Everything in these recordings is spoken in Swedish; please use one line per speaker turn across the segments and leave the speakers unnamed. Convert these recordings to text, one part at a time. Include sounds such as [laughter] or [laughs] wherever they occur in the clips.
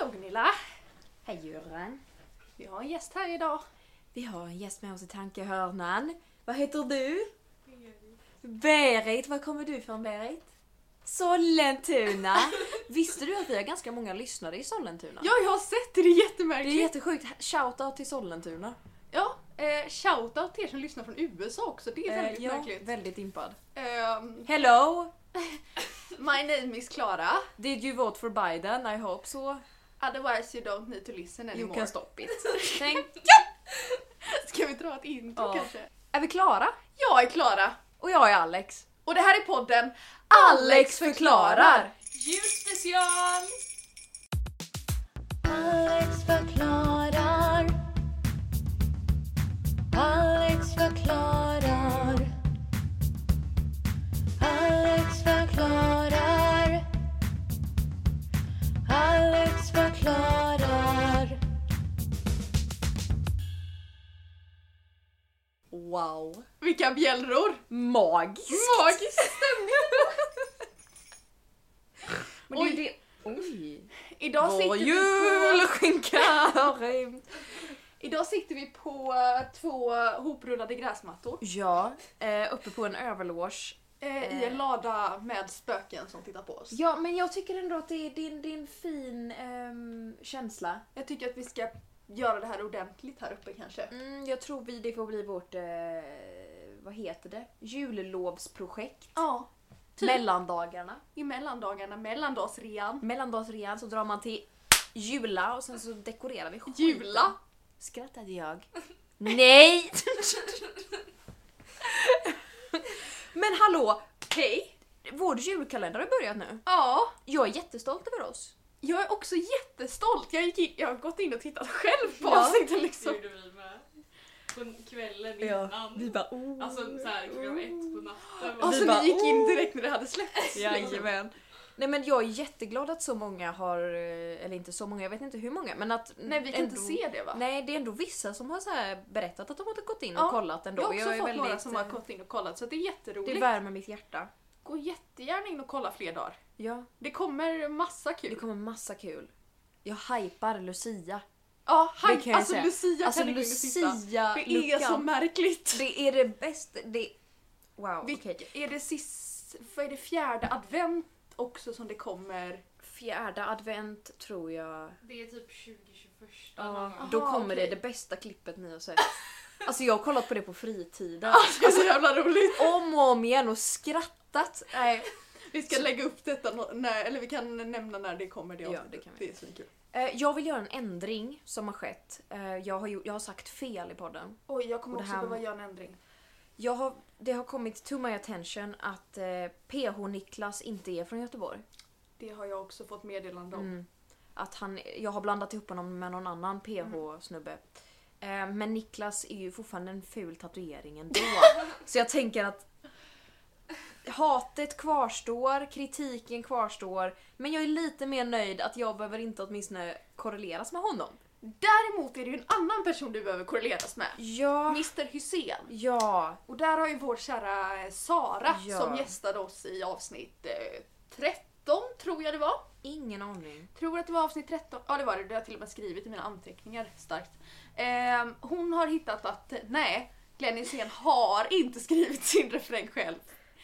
Camilla!
Hej Göran.
Vi har en gäst här idag.
Vi har en gäst med oss i tankehörnan. Vad heter du? Berit. Var kommer du från Berit? [laughs] Sollentuna! Visste du att vi har ganska många lyssnare i Sollentuna?
Ja, jag har sett det! Det är
Det
jättemärkligt.
är jättesjukt. Shoutout till Sollentuna.
Ja, eh, shoutout till er som lyssnar från USA också. Det är väldigt
Eh, ja,
märkligt.
Väldigt Mm. impad.
Ehm,
Hello!
my name is Clara.
Did you vote for Biden? I hope so.
Otherwise you don't need to listen
You
anymore.
can stop it. Thank
[laughs] Ska vi dra ett intro
Ja.
kanske?
Är vi klara?
Jag är Klara.
Och jag är Alex.
Och det här är podden
Alex förklarar!
Julspecial!
Alex förklarar. Alex förklarar. Alex förklarar. Alex förklarar.
Wow.
Vilka bjällror!
Magiskt!
Magisk stämning!
Men det är ju
Oj.
det... Oj!
Idag sitter,
Vår
vi på,
[laughs] julskinka har rymt.
idag sitter vi på eh, två hoprullade gräsmattor.
Ja, eh, uppe på en överloge.
Eh, I en lada med spöken som tittar på oss.
Ja, men jag tycker ändå att det är din, din fin ehm, känsla.
Jag tycker att vi ska göra det här ordentligt här uppe kanske.
Mm, jag tror vi, det får bli vårt, eh, vad heter det, jullovsprojekt.
Ja. Typ.
Mellandagarna.
I mellandagarna, mellandagsrean.
Mellandagsrean så drar man till jula och sen så dekorerar vi skiten.
Jula!
Skrattade jag? [laughs] Nej! men hallå!
Hej!
Vår julkalender har börjat nu.
Ja.
Jag är jättestolt över oss.
Jag är också jättestolt. Jag, gick in, jag har gått in och tittat själv på
Ja.
avsnitten
Det
liksom.
gjorde vi med. På kvällen
Ja,
innan.
vi bara
[laughs]
oh.
Alltså såhär klockan ett på natten.
vi
Och så
bara,
vi Alltså, gick in
"Oh."
direkt när det hade släppts.
Jajamän. Nej men jag är jätteglad att så många har, eh, eller inte så många, jag vet inte hur många, men att...
Nej vi kan
ändå-
inte se det va?
Nej det är ändå vissa som har så här berättat att de har gått in och
Ja,
kollat ändå.
jag har också
är
fått några
väldigt,
som har
eh,
gått in och kollat så det är jätteroligt.
Det värmer mitt hjärta.
Gå jättegärna in och kolla fler dagar.
Ja,
Det kommer massa kul.
det kommer massa kul. Jag hypar Lucia.
Ja,
Det
han,
kan jag
alltså
säga.
Lucia
alltså
kan inte sitta.
Lucia
Det är så märkligt.
Det är det bästa, det... Wow, okej.
Vilket är det sist, vad är det fjärde advent också som det kommer?
Fjärde advent tror jag
Det är typ 20-21
Ja,
någon gång.
då
Aha,
kommer
okej.
det det bästa klippet ni
[laughs]
har sett. Alltså jag har kollat på det på fritiden.
[laughs] Det är så jävla roligt.
Om och om igen och skrattat. Nej.
Vi ska lägga upp detta, nå- när, eller vi kan nämna när det kommer det
Ja, det
avsnittet.
kan vi.
det är svinkul.
Eh, Jag vill göra en ändring som har skett. Eh, Jag har, gjort- jag har sagt fel i podden.
Oj, jag kommer
Och det
också
här-
behöva göra en ändring.
Jag har, det har kommit to my attention att eh, PH-Niklas inte är från Göteborg.
Det har jag också fått meddelande om.
Mm. Att han, jag har blandat ihop honom med någon annan PH-snubbe. Eh, Men Niklas är ju fortfarande en ful tatuering [laughs] ändå. Så jag tänker att hatet kvarstår, kritiken kvarstår. Men jag är lite mer nöjd att jag behöver inte åtminstone korreleras med honom.
Däremot är det ju en annan person du behöver korreleras med.
Ja.
Mr Hussein.
Ja.
Och där har ju vår kära eh, Sara
Ja.
som gästade oss i avsnitt eh, 13 tror jag det var.
Ingen aning.
Tror att det var avsnitt 13. Ja det var det, det har jag till och med skrivit i mina anteckningar starkt. Ehm, hon har hittat att nej, Glenn Hysén har inte skrivit sin refräng själv.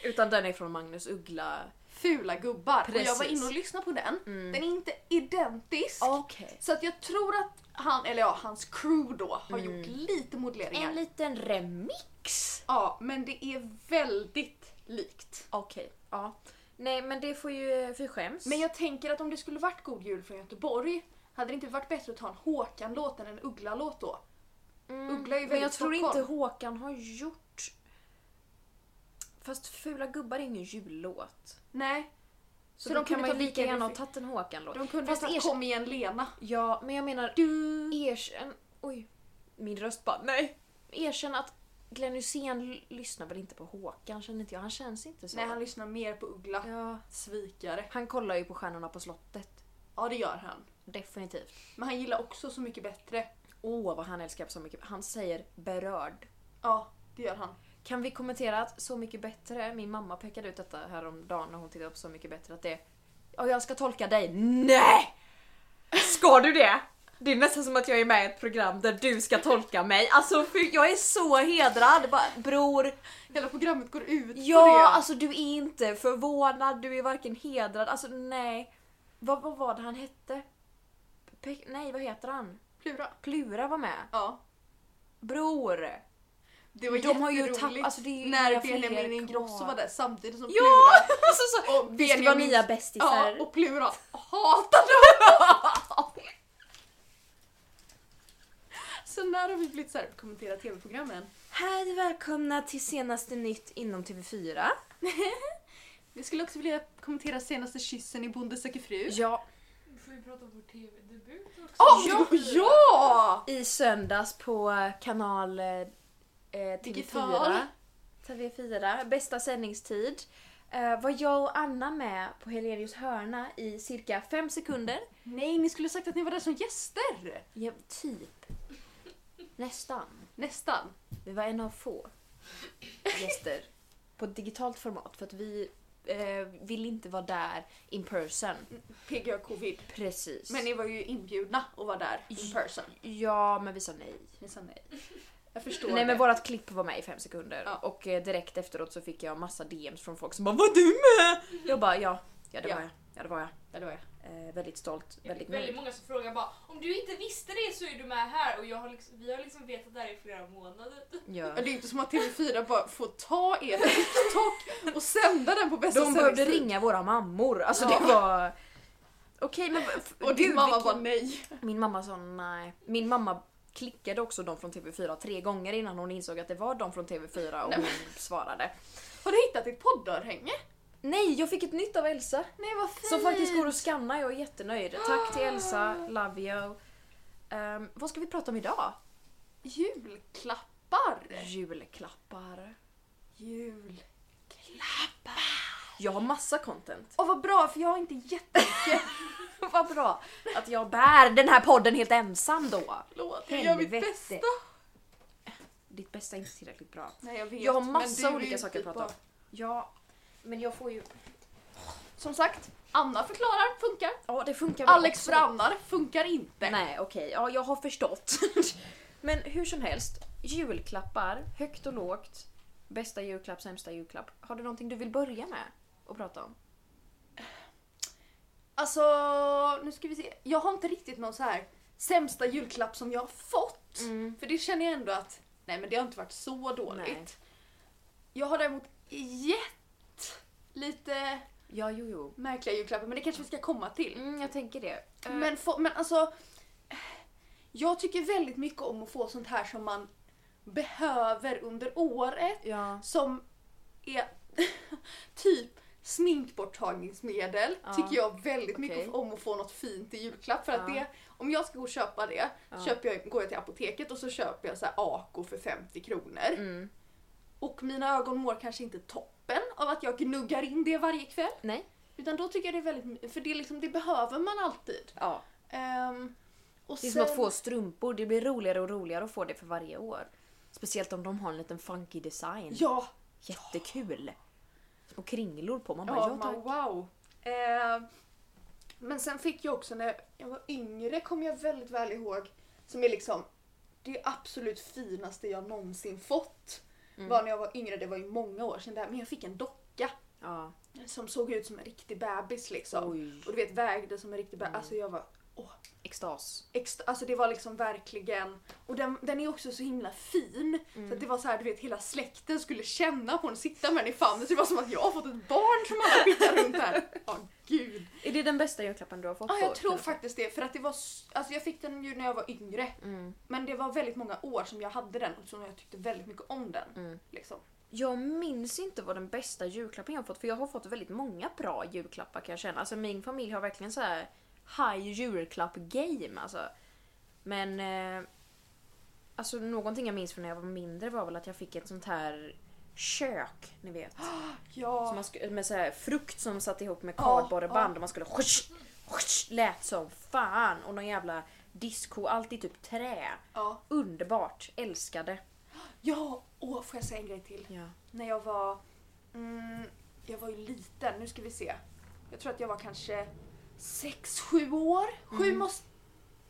Utan den är från Magnus Uggla.
Fula gubbar. Och jag
Precis.
var inne och lyssnade på den.
Mm.
Den är inte identisk.
Okej.
Så att jag tror att han, eller ja, hans crew då har
Mm.
gjort lite modelleringar.
En liten remix.
ja, men det är väldigt likt.
Okej. Ja. Nej men det får ju för skäms.
Men jag tänker att om det skulle varit God Jul från Göteborg hade det inte varit bättre att ta en Håkan-låt än en Uggla-låt då?
Mm,
Uggla är ju
Men jag
väldigt
tror
Stockholm.
inte Håkan har gjort... Fast Fula gubbar är ingen jullåt.
Nej, Så
Så, då
de
kan
kunde
man ju
ta
lika
vilken
gärna
vi
ha
fick.
tagit en Håkan-låt.
De kunde
Fast
Fast
ers-
kom igen Lena.
Ja, men jag menar...
Du.
Erkänn... Oj. Min röst bara nej. Erkänn att Glenn Hysén l- lyssnar väl inte på Håkan, känner inte jag. Han känns inte så.
Nej han lyssnar mer på Uggla.
ja.
Svikare.
han kollar ju på Stjärnorna på slottet.
Ja det gör han.
Definitivt.
Men han gillar också Så mycket bättre.
Åh, vad han älskar Så mycket. Han säger berörd.
Ja det gör han.
Kan vi kommentera att Så mycket bättre, min mamma pekade ut detta häromdagen när hon tittade på Så mycket bättre att det Ja, jag ska tolka dig. Nej! Ska Sa du det? Det är nästan som att jag är med i ett program där du ska tolka mig. Alltså för jag är så hedrad. Bara, bror,
Hela programmet går ut på det.
Ja, alltså du är inte förvånad, du är varken hedrad, alltså nej. Vad, vad var det han hette? Pe- nej, vad heter han?
Plura.
Plura var med.
Ja.
Bror!
Det var
De har ju
jätteroligt
tappat, alltså det är ju inga
när
fler
Benjamin
kvar.
Ingrosso var där samtidigt som
Ja!
Plura.
Alltså, så,
Och
vi skulle vara
Benjamin-
nya
Ja,
bästisar.
och Plura hatade honom! Så när har vi blivit så här, kommentera tv-programmen?
Hej och välkomna till senaste nytt inom TV4.
Vi skulle också vilja kommentera senaste kyssen i Bonde söker fru.
Ja,
Får vi prata om vår tv-debut också?
Åh, ja!
i söndags på kanal eh, eh, TV4.
Digital.
TV4, bästa sändningstid. Eh, var jag och Anna med på Helenius hörna i cirka 5 sekunder.
Nej, ni skulle sagt att ni var där som gäster!
Ja, typ. Nästan.
Nästan.
Vi var en av få gäster på ett digitalt format för att vi eh, vill inte vara där in person.
PGA covid.
Precis.
Men ni var ju inbjudna och var där in person.
Ja, men vi sa nej.
Ni sa nej. Jag förstår
Nej men
det.
vårat klipp var med i fem sekunder
Ja.
och eh, direkt efteråt så fick jag massa DMs från folk som bara Var du med? Jag bara ja, ja det
Ja.
var jag. Ja det var jag.
Ja, det var jag.
Eh, väldigt stolt, väldigt
Väldigt, väldigt
nöjd.
många som frågar bara om du inte visste det så är du med här och jag har liksom, vi har liksom vetat det här i flera månader.
Ja.
Ja, Det är inte som att TV4 bara får ta er TikTok och sända den på bästa
De behövde
sändningstid.
ringa våra mammor, alltså
Ja.
det var... Okej men...
Och din
Gud,
mamma
vilken-
bara nej.
Min mamma sa nej. Min mamma klickade också de från TV4 tre gånger innan hon insåg att det var de från TV4 och
Nej,
hon svarade.
Har du hittat ditt poddörhänge?
Nej, jag fick ett nytt av Elsa.
Nej vad fint!
Som faktiskt går att scanna, jag är jättenöjd. Tack till Elsa, love you. Ehm, vad ska vi prata om idag?
Julklappar!
Julklappar.
Jul.
Jag har massa content. [laughs]
Åh vad bra för jag har inte jättelåt.
Vad bra att jag bär den här podden helt ensam då.
Jag gör mitt
Helvete.
bästa.
Ditt bästa är inte tillräckligt bra.
Nej, jag, vet,
Jag har
men
massa
du är
olika
ju
saker att
typ
prata om.
bara-
Ja, men jag får ju...
Som sagt, Anna förklarar funkar.
Ja, det funkar väl
Alex
också.
Brannar funkar inte.
Nej, okej. Ja, jag har förstått. [laughs] Men hur som helst, julklappar, högt och lågt. Bästa julklapp, sämsta julklapp. Har du någonting du vill börja med att prata om?
Alltså, nu ska vi se. Jag har inte riktigt någon så här sämsta julklapp som jag har fått.
Mm.
För det känner jag ändå att, nej men det har inte varit så dåligt.
Nej.
Jag har däremot gett lite
Ja, jo, jo.
märkliga julklappar men det kanske vi ska komma till.
Mm, jag tänker det. Eh,
Men, få, men alltså, jag tycker väldigt mycket om att få sånt här som man behöver under året.
Ja.
Som är [laughs] typ sminkborttagningsmedel
Ja.
tycker jag väldigt mycket
Okej.
om att få något fint i julklapp. För att
Ja.
det, om jag ska gå och köpa det
Ja.
köper jag, går jag till apoteket och så köper jag så här Ako för 50 kronor.
Mm.
Och mina ögon mår kanske inte toppen av att jag gnuggar in det varje kväll.
Nej.
Utan då tycker jag det är väldigt, för det, är liksom, det behöver man alltid.
Ja.
Ehm, och
Det är
sen-
som att få strumpor. Det blir roligare och roligare att få det för varje år. Speciellt om de har en liten funky design.
Ja,
Jättekul! Och kringlor på. Man bara
Ja,
ja,
man,
tack.
wow. Eh, men sen fick jag också när jag var yngre, kommer jag väldigt väl ihåg, som är liksom det absolut finaste jag någonsin fått. Var när jag var yngre, det var ju många år sedan det här, men jag fick en docka
Ja.
som såg ut som en riktig bebis liksom.
Oj.
Och du vet vägde som en riktig bebis. Alltså jag var
Extas.
extra, alltså det var liksom verkligen, och den, den är också så himla fin.
Mm.
Så att det var så här, du vet hela släkten skulle känna på den, sitta med den i famnen. Så det var som att jag har fått ett barn som alla skickar runt här. Ja, gud.
Är det den bästa julklappen du har fått?
Ja,
då?
jag tror faktiskt det. För att det var, s- alltså jag fick den ju när jag var yngre.
Mm.
Men det var väldigt många år som jag hade den och som jag tyckte väldigt mycket om den.
Mm.
Liksom.
Jag minns inte vad den bästa julklappen jag har fått för jag har fått väldigt många bra julklappar kan jag känna. Alltså min familj har verkligen så här high julklapp game alltså. Men eh, alltså någonting jag minns från när jag var mindre var väl att jag fick ett sånt här kök, ni vet. Som
Ja.
man skulle, med så här frukt som satt ihop med
Ja,
kardborreband
ja.
och man skulle hush, hush, lät som fan och någon jävla disco, allt i typ trä.
Ja.
Underbart, älskade.
ja, åh får jag säga en grej till?
Ja.
När jag var... Mm, jag var ju liten, nu ska vi se. Jag tror att jag var kanske 6-7 år. 7 måste...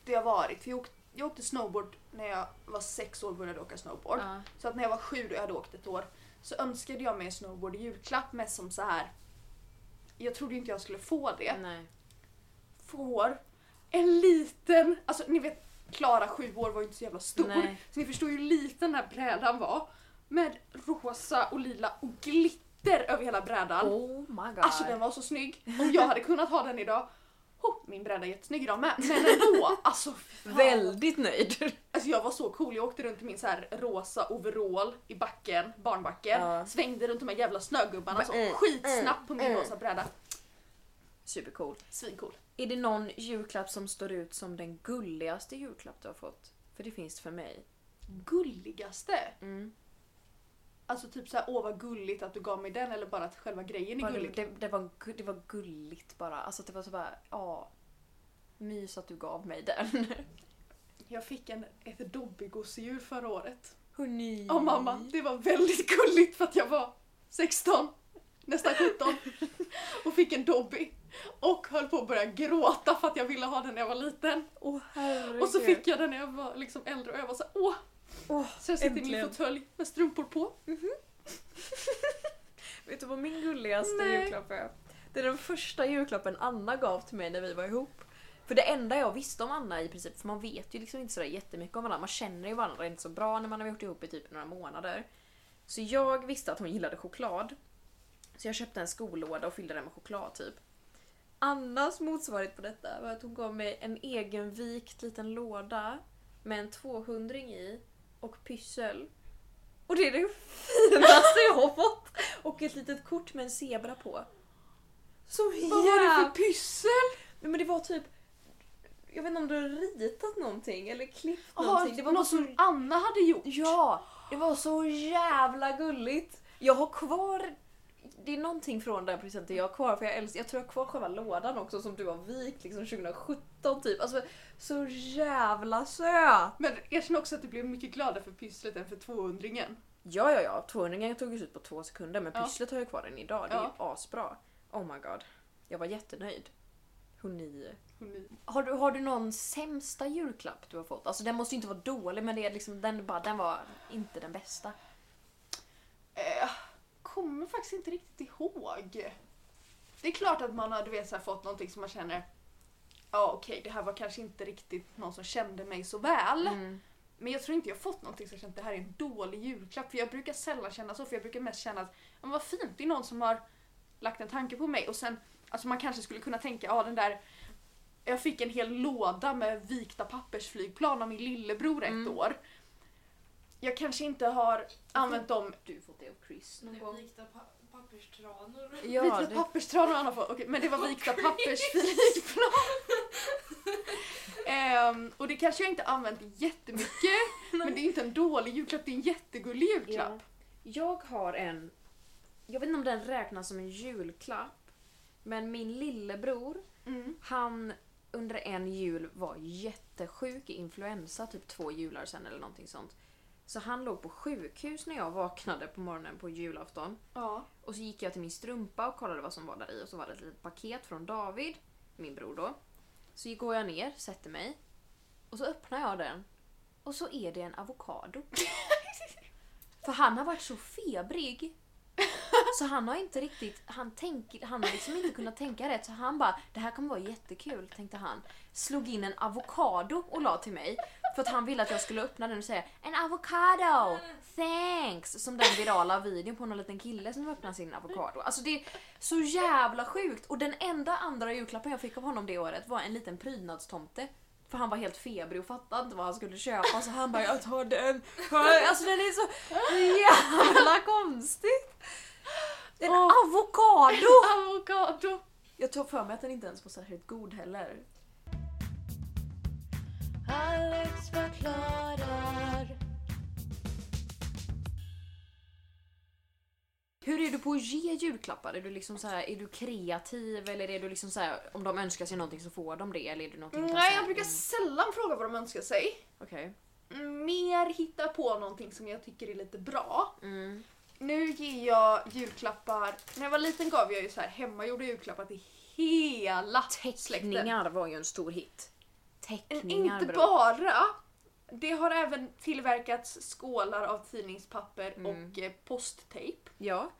det har varit. För jag åkte, jag åkte snowboard när jag var sex år och började åka snowboard.
Ja.
Så att när jag var sju och jag hade åkt ett år så önskade jag mig snowboard i julklapp mest som så här. Jag trodde ju inte jag skulle få det.
Nej.
Får en liten, alltså ni vet Klara sju år var ju inte så jävla stor.
Nej.
Så ni förstår ju hur liten den här brädan var. Med rosa och lila och glitter över hela brädan.
Oh my god.
Alltså den var så snygg. Om jag hade kunnat ha den idag. Oh, min bräda är jättesnygg idag med. Men ändå. Alltså, fan.
Väldigt nöjd. [laughs]
alltså jag var så cool. Jag åkte runt i min så här rosa overall i backen, barnbacken.
Ja.
Svängde runt de här jävla snögubbarna så
Mm, mm,
skitsnabbt på min
mm.
rosa bräda.
Supercool.
Svincool.
Är det någon julklapp som står ut som den gulligaste julklapp du har fått? För det finns för mig.
Gulligaste.
Mm.
Alltså typ så här, åh vad gulligt att du gav mig den eller bara att själva grejen är
Bara Det,
gullig.
det, det, var, gu- det var gulligt bara. Alltså det var så bara, ja. Mys att du gav mig den. [laughs]
Jag fick en, ett dobbygosedjur förra året.
Hörni.
Av mamma. Det var väldigt [laughs] gulligt för att jag var 16, nästan
[laughs]
17 och fick en Dobby. Och höll på att börja gråta för att jag ville ha den när jag var liten.
Åh herregud.
Och så fick jag den när jag var liksom äldre och jag var så här, åh!
Åh,
Så jag sitter i min
äntligen.
fåtölj med strumpor på.
Vet du vad min gulligaste
Nej.
julklapp är? Det är den första julklappen Anna gav till mig när vi var ihop. För det enda jag visste om Anna i princip, för man vet ju liksom inte sådär jättemycket om varandra, man känner ju varandra inte så bra när man har varit ihop i typ några månader. Så jag visste att hon gillade choklad. Så jag köpte en skolåda och fyllde den med choklad typ. Annas motsvarighet på detta var att hon gav mig en egenvikt liten låda med en 200 i och pyssel. Och det är det finaste jag har fått! Och ett litet kort med en zebra på. Så
Vad var det
jävla-
för pyssel?
Nej, men det var typ... Jag vet inte om du har ritat någonting eller klippt
Jaha,
någonting.
det
Det
var
var bara
något
så...
som Anna hade gjort.
Ja! Det var så jävla gulligt! Jag har kvar... Det är någonting från den här presenten jag har kvar för jag älskar... Jag tror jag har kvar själva lådan också som du har vikt liksom 2017 typ. Alltså så jävla söt!
Men erkänn också att du blev mycket gladare för pysslet än för 200-ringen.
Ja, ja, ja. 200 tog ju slut på två sekunder men
Ja.
pysslet har jag kvar den idag. Det är
Ja.
ju asbra. Oh my god. Jag var jättenöjd. Hon nio.
Hon-
Har du, har du någon sämsta julklapp du har fått? Alltså den måste ju inte vara dålig men det är liksom, den, bara, den var inte den bästa.
Eh, kommer faktiskt inte riktigt ihåg. Det är klart att man har du vet, så här, fått någonting som man känner Ja okej, det här var kanske inte riktigt någon som kände mig så väl.
Mm.
Men jag tror inte jag fått någonting som jag känt det här är en dålig julklapp. För jag brukar sällan känna så, för jag brukar mest känna att "Ja, men vad fint, det är någon som har lagt en tanke på mig. Och sen, alltså man kanske skulle kunna tänka, ja den där jag fick en hel låda med vikta pappersflygplan av min lillebror ett
Mm.
år. Jag kanske inte har använt dem
Du fått det av Chris
Nu Vikta Typ pa- papperstranor.
Vikta
Ja, det,
papperstranor och annat folk. Okej, men det var vikta pappersflygplan. [laughs] Ehm, och det kanske jag inte använt
[laughs]
jättemycket. men det är inte en dålig julklapp, det är en jättegullig
ja.
julklapp.
Jag har en, jag vet inte om den räknas som en julklapp, men min lillebror
Mm.
Han under en jul var jättesjuk i influensa, typ två jular sen eller någonting sånt. Så han låg på sjukhus när jag vaknade på morgonen på julafton.
Ja.
Och så gick jag till min strumpa och kollade vad som var där i och så var det ett litet paket från David, min bror då. Så går jag ner, sätter mig och så öppnar jag den och så är det en avokado. För han har varit så febrig. Så han har inte riktigt, han, tänker, han har liksom inte kunnat tänka rätt så han bara det här kommer vara jättekul tänkte han. Slog in en avokado och la till mig för att han ville att jag skulle öppna den och säga en avokado, thanks! Som den virala videon på någon liten kille som öppnar sin avokado. Alltså det är så jävla sjukt och den enda andra julklappen jag fick av honom det året var en liten prydnadstomte. För han var helt febrig och fattade inte vad han skulle köpa så han bara jag tar den. Alltså den är så jävla konstig! En
Åh.
avokado!
Avokado!
Jag tror för mig att den inte ens var särskilt god heller.
Alex förklarar.
Hur är du på att ge julklappar? Är du, liksom så här, är du kreativ eller är du liksom så här, om de önskar sig någonting så får de det? Eller är du någonting
Mm,
kanske-
Nej, jag brukar
Mm,
sällan fråga vad de önskar sig.
Okej.
Mm, Mer hitta på någonting som jag tycker är lite bra.
Mm.
Nu ger jag julklappar. När jag var liten gav jag ju så här hemmagjorda julklappar till hela släkten.
Teckningar var ju en stor hit.
En,
Teckningar
inte
bro.
bara. Det har även tillverkats skålar av tidningspapper
Mm.
och eh, posttejp.
Ja.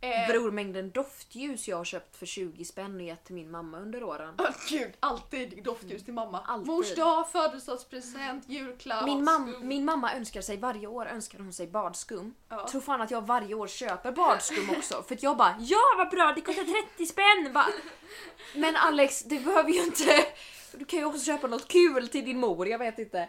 Eh,
Bror mängden doftljus jag har köpt för 20 spänn och gett till min mamma under åren.
åh, [laughs] Gud, alltid doftljus till mamma.
Alltid.
Mors dag, födelsedagspresent, julklapp.
Min, mam-
skum.
min mamma önskar sig varje år önskar hon sig badskum.
Ja.
Tror fan att jag varje år köper badskum också för att jag bara ja vad bra det kostar 30 spänn! Bara, Men Alex du behöver ju inte du kan ju också köpa något kul till din mor, jag vet inte.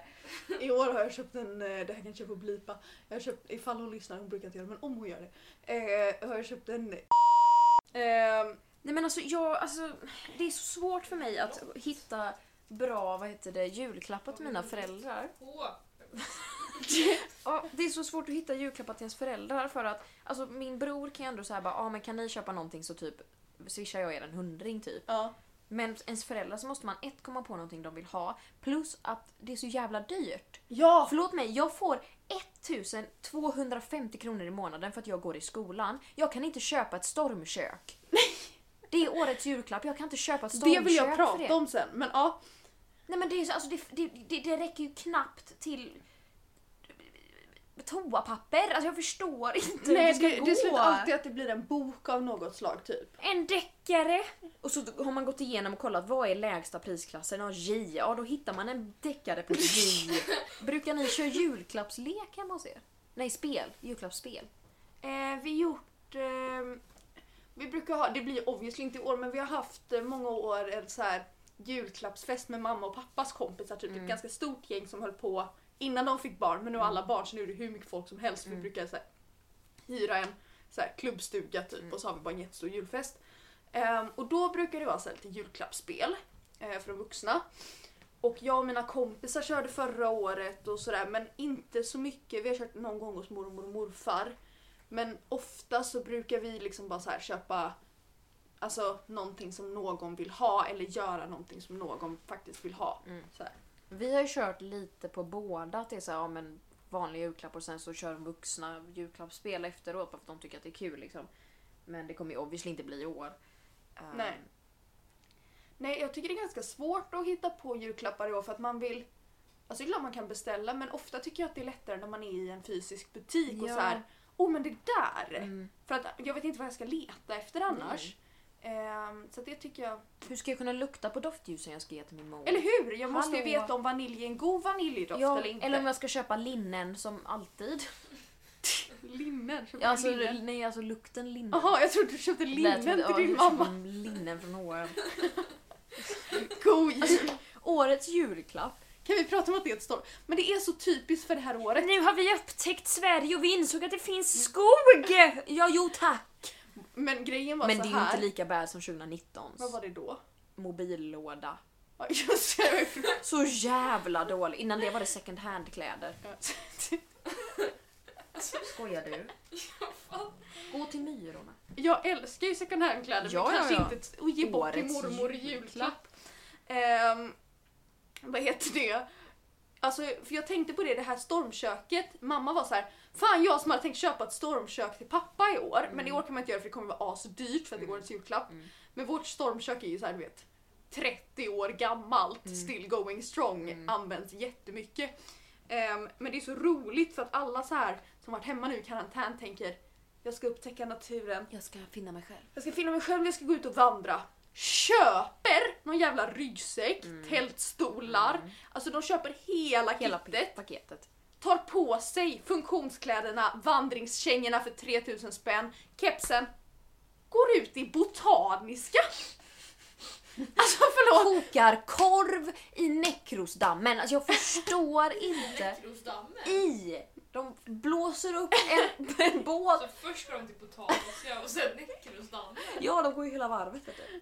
I år har jag köpt en, eh, det här kanske jag får blipa, jag har köpt, ifall hon lyssnar, hon brukar inte göra det men om hon gör det. Eh, har jag köpt en... Eh,
Nej men alltså, jag, alltså det är så svårt för mig att hitta bra vad heter det, julklappar till mina föräldrar.
På.
Ja, det är så svårt att hitta julklappar till ens föräldrar för att alltså, min bror kan ju ändå säga bara ah, men kan ni köpa någonting så typ swishar jag er en hundring typ.
ja.
Men ens föräldrar så måste man ett komma på någonting de vill ha plus att det är så jävla dyrt.
ja!
Förlåt mig, jag får 1250 kronor i månaden för att jag går i skolan. Jag kan inte köpa ett stormkök. Det är årets julklapp, jag kan inte köpa ett stormkök
Det vill jag
för det.
prata om sen men ja.
Nej men det, är så, alltså, det, det, det, det räcker ju knappt till toapapper. Alltså jag förstår inte hur
Nej,
det ska
det,
gå.
det slutar alltid att det blir en bok av något slag typ.
En deckare! Och så har man gått igenom och kollat vad är lägsta prisklassen? Ja, J. Ja, då hittar man en deckare på [laughs] J. Brukar ni köra julklappslek hemma hos er? Nej, spel. Julklappsspel.
Eh, vi gjort... ehm, vi brukar ha, det blir obviously inte i år, men vi har haft eh, många år en så här julklappsfest med mamma och pappas kompisar. Typ ett ganska stort gäng som höll på innan de fick barn, men nu har alla barn så nu är det hur mycket folk som helst. Vi brukar så här, hyra en så här, klubbstuga typ och så har vi bara en jättestor julfest. Ehm, och då brukar det vara så här, lite julklappsspel eh, för de vuxna. Och jag och mina kompisar körde förra året och sådär men inte så mycket. Vi har kört någon gång hos mormor och morfar. Men ofta så brukar vi liksom bara så här köpa alltså, någonting som någon vill ha eller göra någonting som någon faktiskt vill ha. Så här.
Vi har ju kört lite på båda, att det är så här, ja, men vanliga julklappar och sen så kör de vuxna julklappsspel efteråt för att de tycker att det är kul liksom. Men det kommer ju obviously inte bli i år. Ehm,
Nej. Nej, jag tycker det är ganska svårt att hitta på julklappar i år för att man vill... Alltså det är klart man kan beställa men ofta tycker jag att det är lättare när man är i en fysisk butik och
Ja.
så här. Oh men det där!
Mm.
För att jag vet inte vad jag ska leta efter annars. Ehm, så att det tycker jag...
Hur ska jag kunna lukta på doftljusen jag ska ge till min mor?
Eller hur? Jag måste ju
Hallå.
veta om vanilj är en god vaniljdoft
ja,
eller inte.
eller om jag ska köpa linnen som alltid.
Linnen? köper
Ja, Alltså,
linnen.
nej, alltså lukten linnen.
Jaha, jag trodde du köpte linnen
Lät som- ja,
till din
jag köpte
mamma.
Linnen från H&M.
God
Alltså,
jul!
Årets julklapp.
Kan vi prata om att det är ett storm? Men det är så typiskt för det här året.
Nu har vi upptäckt Sverige och vi insåg att det finns skog! [laughs] Ja, jo tack!
Men grejen var
Men
så
det är ju
här.
inte lika bad som 2019
Vad var det då?
mobillåda.
Ja, just det, jag är fru-
Så jävla dålig! Innan det var det second hand-kläder. [laughs] Skojar du? Gå till Myrorna.
Jag älskar ju second hand-kläder
Ja,
men
ja,
kanske
ja.
inte t- att ge bort till
Årets
mormor i julklapp.
julklapp.
Ehm, vad heter det? Alltså, för jag tänkte på det, det här stormköket. Mamma var så här, fan jag som hade tänkt köpa ett stormkök till pappa i år. Men i
Mm.
år kan man inte göra det för det kommer vara asdyrt för att det är årets julklapp. Men vårt stormkök är ju såhär du vet 30 år gammalt,
Mm.
still going strong, används jättemycket. Ehm, men det är så roligt för att alla så här som varit hemma nu i karantän tänker jag ska upptäcka naturen,
Jag ska finna mig själv.
jag ska finna mig själv, jag ska gå ut och vandra. Köper någon jävla ryggsäck, tältstolar, alltså de köper hela,
Mm. Hela
kittet.
pa- paketet.
Tar på sig funktionskläderna, vandringskängorna för 3000 spänn, kepsen, går ut i
[laughs]
botaniska. Alltså förlåt!
Kokar korv i Näckrosdammen. Alltså jag förstår inte.
Krosdammen.
I! De blåser upp en, en båt.
Så först går de till Botaniska och sen Näckrosdammen.
Ja, de går ju hela varvet vet du.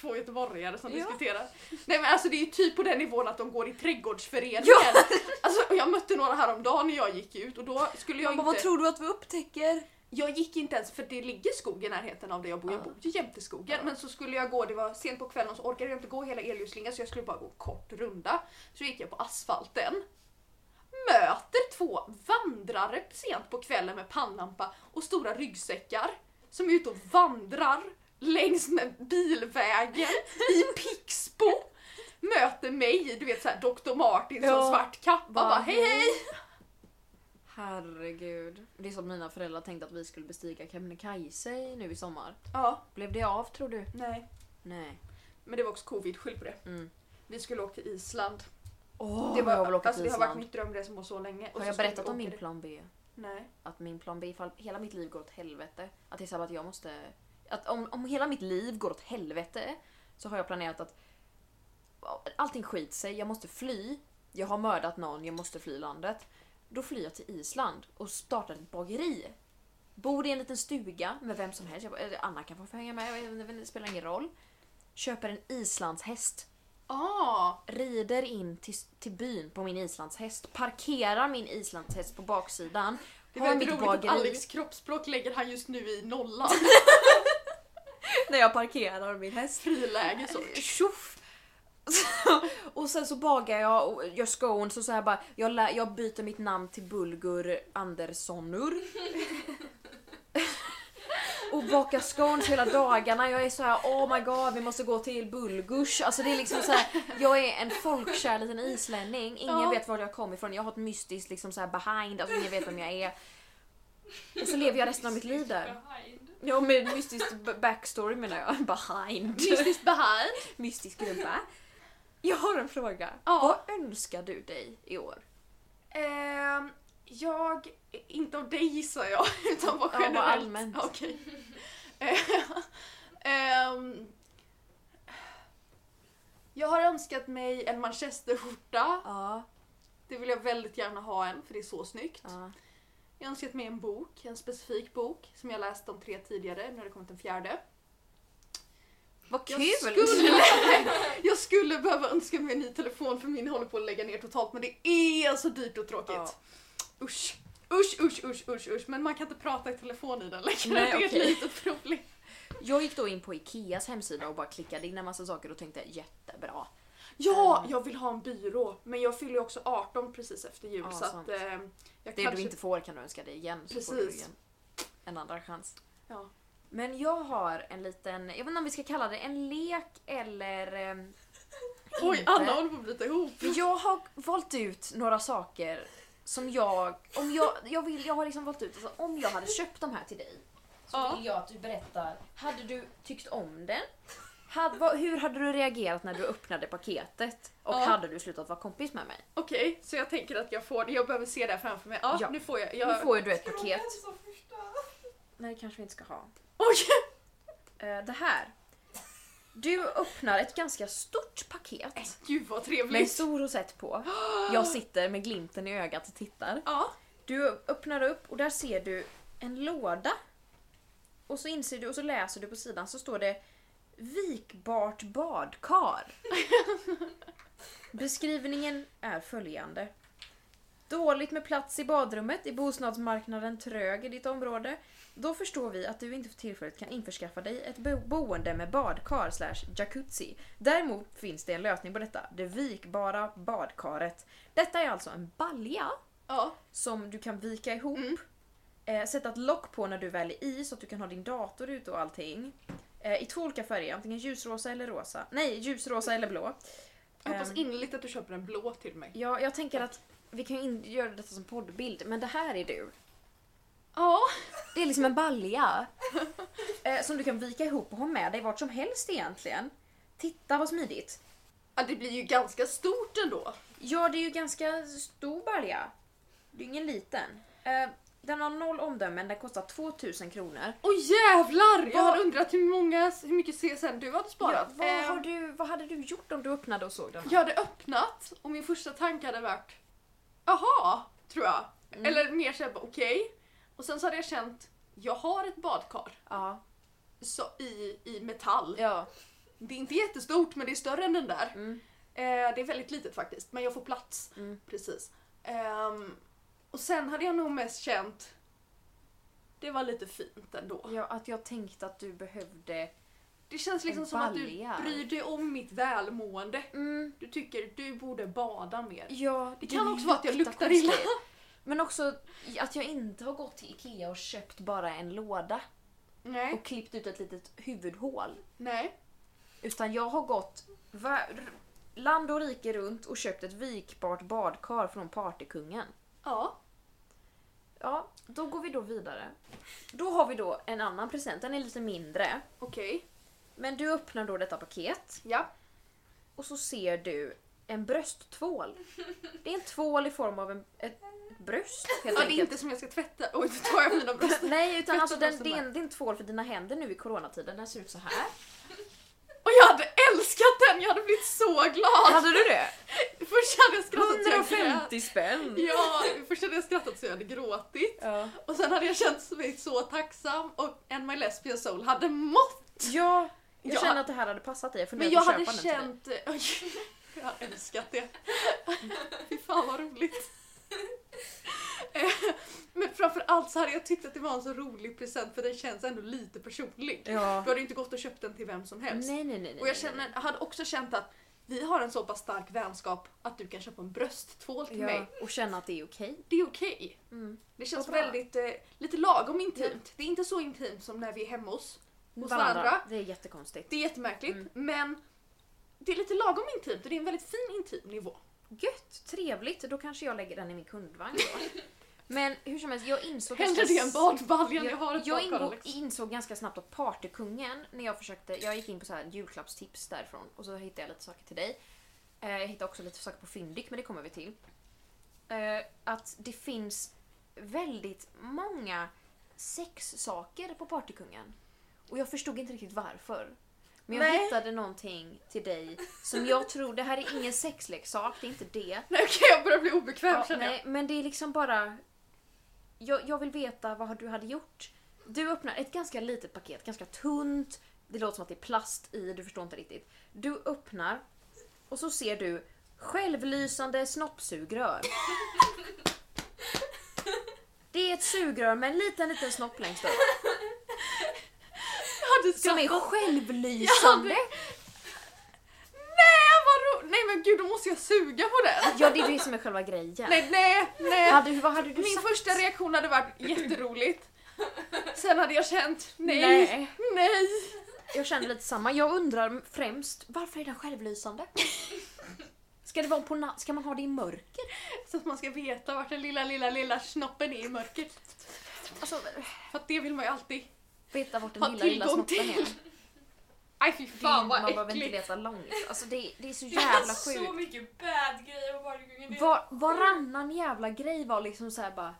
Två göteborgare som
Ja.
diskuterar. Nej men alltså det är ju typ på den nivån att de går i trädgårdsföreningen.
Ja.
Alltså, och jag mötte några häromdagen när jag gick ut och då skulle jag
Mamma, vad
inte...
tror du att vi upptäcker?
Jag gick inte ens för det ligger skog i närheten av där jag bor. Jag bor ju jämte skogen. Men så skulle jag gå, det var sent på kvällen och så orkade jag inte gå hela Elljuslingan så jag skulle bara gå en kort runda. Så gick jag på asfalten. Möter två vandrare sent på kvällen med pannlampa och stora ryggsäckar som är ute och
[laughs]
vandrar längs med bilvägen i Pixbo. möter mig, du vet såhär Dr. Martin
Ja.
som svart kappa
Bara,
bara hej hej!
Herregud. Det är som mina föräldrar tänkte att vi skulle bestiga Kebnekaise nu i sommar.
Ja,
Blev det av tror du?
nej.
Nej.
Men det var också covid, skyll på det.
Mm.
Vi skulle åka till Island.
Åh,
det, var,
jag har väl åkt
alltså, det
till
har
Island.
varit mitt drömresmål så länge. Och
Har
så
jag
skulle
berättat
vi
om
åka
min
dit.
plan B?
Nej.
Att min plan B ifall hela mitt liv går åt helvete. Att det är så här att jag måste... Att om, om hela mitt liv går åt helvete så har jag planerat att allting skit sig, jag måste fly. Jag har mördat någon, jag måste fly landet. Då flyr jag till Island och startar ett bageri. Bor i en liten stuga med vem som helst. Jag bara, eh, Anna kan få hänga med, jag vet inte, det spelar ingen roll. Köper en islandshäst
Ah,
rider in till, till byn på min islandshäst, parkerar min islandshäst på baksidan,
det är
har
väldigt
mitt
roligt att
bageri
Alex kroppsspråk lägger han just nu i
[laughs]
nollan.
när jag parkerar min häst.
Friläge så.
Tjoff! [laughs] och sen så bagar jag och gör scones och så här bara, jag, lä- jag byter mitt namn till Bulgur Anderssonur. [laughs] och bakar scones hela dagarna. Jag är så här, oh my god, vi måste gå till Bulgurs. Alltså det är liksom så här, jag är en folkkär liten islänning. Ingen
Ja.
vet var jag kommer ifrån. Jag har ett mystiskt liksom så här behind, alltså ingen vet vem jag är. Och så lever jag resten av mitt liv där.
Behind.
Ja, med mystisk b- backstory menar jag. Behind
Mystiskt behind.
mystisk gubbe. Jag har en fråga.
Ja.
Vad önskar du dig i år?
Ehm, jag, inte av dig gissar jag, [laughs] utan bara
Ja, bara
generellt.
allmänt.
Okej. [laughs] Ehm, jag har önskat mig en manchesterskjorta.
Ja,
Det vill jag väldigt gärna ha en, för det är så snyggt.
ja.
Jag har önskat mig en bok, en specifik bok, som jag läst de tre tidigare. Nu har det kommit en fjärde.
Vad kul!
Jag skulle, [laughs] jag skulle behöva önska mig en ny telefon för min håller på att lägga ner totalt men det är så dyrt och tråkigt.
Ja.
Usch. Usch, usch, usch, usch, usch. Men man kan inte prata i telefon i den längre.
Nej,
det är
okej.
ett litet problem.
Jag gick då in på Ikeas hemsida och bara klickade in en massa saker och tänkte jättebra.
Ja, jag vill ha en byrå. Men jag fyller ju också 18 precis efter jul
Ja,
så att
sant.
eh, jag
Det
kanske...
du inte får kan du önska dig igen. Så får du
Precis.
igen en andra chans.
Ja.
Men jag har en liten, jag vet inte om vi ska kalla det en lek eller... ehm,
Oj,
inte.
Anna håller på att bryta ihop.
Men Jag har valt ut några saker som jag... Om jag, jag, vill, jag har liksom valt ut, alltså, om jag hade köpt de här till dig så
Ja.
vill jag att du berättar, hade du tyckt om den? Hade, vad, hur hade du reagerat när du öppnade paketet? Och
Ja.
hade du slutat vara kompis med mig?
Okej, så jag tänker att jag får det. Jag behöver se det här framför mig. Ja,
Ja.
nu får jag.
Nu
jag...
får ju du ett
Ska de
paket.
hälsa första?
Nej, det kanske vi inte ska ha.
Oj!
Eh, det här. Du öppnar ett ganska stort paket
Gud vad
med en
trevligt.
stor rosett på. Jag sitter med glimten i ögat och tittar.
Ja.
Du öppnar upp och där ser du en låda. Och så inser du och så läser du på sidan så står det Vikbart badkar. Beskrivningen är följande. Dåligt med plats i badrummet, i bostadsmarknaden trög i ditt område. Då förstår vi att du inte för tillfället kan införskaffa dig ett bo- boende med badkar slash jacuzzi. Däremot finns det en lösning på detta, det vikbara badkaret. Detta är alltså en balja
ja.
som du kan vika ihop. Eh, sätta ett lock på när du väl är i så att du kan ha din dator ute och allting. Eh, I två olika färger, antingen ljusrosa eller rosa. Nej, ljusrosa eller blå.
Jag hoppas
Ehm,
innerligt att du köper en blå till mig.
ja, jag tänker att vi kan ju in- göra detta som poddbild, men det här är du.
Ja.
Det är liksom en balja. Eh, som du kan vika ihop och ha med dig vart som helst egentligen. Titta vad smidigt.
Ja, det blir ju ganska stort ändå.
Ja, det är ju ganska stor balja. Det är ingen liten. Eh, den har noll omdömen, den kostar 2000 kronor.
Åh jävlar! Jag
Vad-
har undrat hur, många, hur mycket CSN du hade sparat.
Ja, vad,
Eh,
har du, vad hade du gjort om du öppnade och såg den?
Jag hade öppnat och min första tanke hade varit Jaha, tror jag. Eller mer såhär bara, okej. Och sen så hade jag känt jag har ett badkar
Ja.
så, i, i metall.
ja.
Det är inte jättestort men det är större än den där.
Mm.
Eh, det är väldigt litet faktiskt men jag får plats.
Mm.
Precis. Ehm, och sen hade jag nog mest känt det var lite fint ändå.
Att jag tänkte att du behövde...
Det känns liksom
En
som att du
balja.
bryr dig om mitt välmående.
Mm,
Du tycker du borde bada mer.
ja,
Det kan också vara att jag luktar
konstigt.
illa.
[laughs] Men också att jag inte har gått till Ikea och köpt bara en låda
Nej.
och klippt ut ett litet huvudhål.
Nej.
Utan jag har gått... va- land och rike runt och köpt ett vikbart badkar från partykungen.
Ja.
Ja, då går vi då vidare. Då har vi då en annan present, den är lite mindre.
Okej.
Men du öppnar då detta paket
Ja.
och så ser du en brösttvål. Det är en tvål i form av en, ett, ett bröst helt
ja. Det är
enkelt.
inte som jag ska tvätta. Oj, nu tar jag mina bröst.
Nej, utan alltså den,
Brösten
det, är
bara.
en, det är en tvål för dina händer nu i coronatiden. Den ser ut så här.
Och jag hade älskat den, jag hade blivit så glad!
Hade du det?
Först hade jag skrattat typ så jag grät.
150 spänn!
Ja, först hade jag skrattat så jag hade gråtit.
Ja.
Och sen hade jag känt mig så tacksam och And My Lesbian Soul hade mått.
ja, jag
Ja.
känner att det här hade passat dig. Jag
Men
funderade
jag
på att
hade
köpa den till dig.
känt... [laughs] Oj, jag har älskat det. [laughs] Fy fan vad roligt. [laughs] Eh, Men framförallt så hade jag tyckt att det var en så rolig present för den känns ändå lite personlig.
Ja.
Du hade ju inte gått och köpt den till vem som helst.
Nej, nej, nej. nej,
Och jag,
nej, nej.
känner, jag hade också känt att vi har en så pass stark vänskap att du kan köpa en brösttvål till mig.
Ja, och känna att det är okej.
Det är okej.
Mm.
Det känns
Vad bra.
väldigt, eh, lite lagom intimt. Det är inte så intimt som när vi är hemma hos. Hos varandra.
Det är jättekonstigt.
Det är jättemärkligt,
Mm.
men det är lite lagom intimt och det är en väldigt fin intim nivå.
Gött, trevligt. Då kanske jag lägger den i min kundvagn då.
[laughs]
Men hur som helst, jag insåg
Hellre det än badbalja när jag har
jag,
ett
jag
badkar liksom.
ingå,
Alex.
insåg ganska snabbt att partykungen, när jag försökte, jag gick in på så här julklappstips därifrån och så hittade jag lite saker till dig. Eh, jag hittade också lite saker på Fyndik men det kommer vi till. Eh, att det finns väldigt många sexsaker på partykungen. Och jag förstod inte riktigt varför. Men jag
Nej.
hittade någonting till dig som jag tror, det här är ingen sexleksak, det är inte det.
Nej okej jag börjar bli obekväm
Ja,
känner jag.
nej, men det är liksom bara... Jag, jag vill veta vad du hade gjort. Du öppnar ett ganska litet paket, ganska tunt. Det låter som att det är plast i, du förstår inte riktigt. Du öppnar och så ser du självlysande snoppsugrör. Det är ett sugrör med en liten, liten snopp längst upp.
Jag hade
Som är
skrattat.
självlysande!
Nej vad ro... Nej men gud då måste jag suga på den.
Ja, det är det som är själva grejen.
Nej nej nej.
Hade, vad hade [laughs] du
Min
sagt?
första reaktion hade varit
[laughs]
jätteroligt. Sen hade jag känt nej.
Nej.
nej.
Jag känner lite samma. Jag undrar främst, varför är den självlysande? Ska, det vara på na- ska man ha det i mörker?
Så att man ska veta vart den lilla, lilla, lilla snoppen är i mörkret.
Alltså,
För att det vill man ju alltid.
veta vart
Ha
den lilla, lilla
tillgång
snoppen är.
till. Aj fy
Det är-
fan
Man
vad
behöver inte
äckligt.
leta långt. Alltså, det, är- det är så
Det är
jävla
så
sjukt.
mycket bad grejer på partykungen. Det-
Var, varannan jävla grej var liksom så här bara...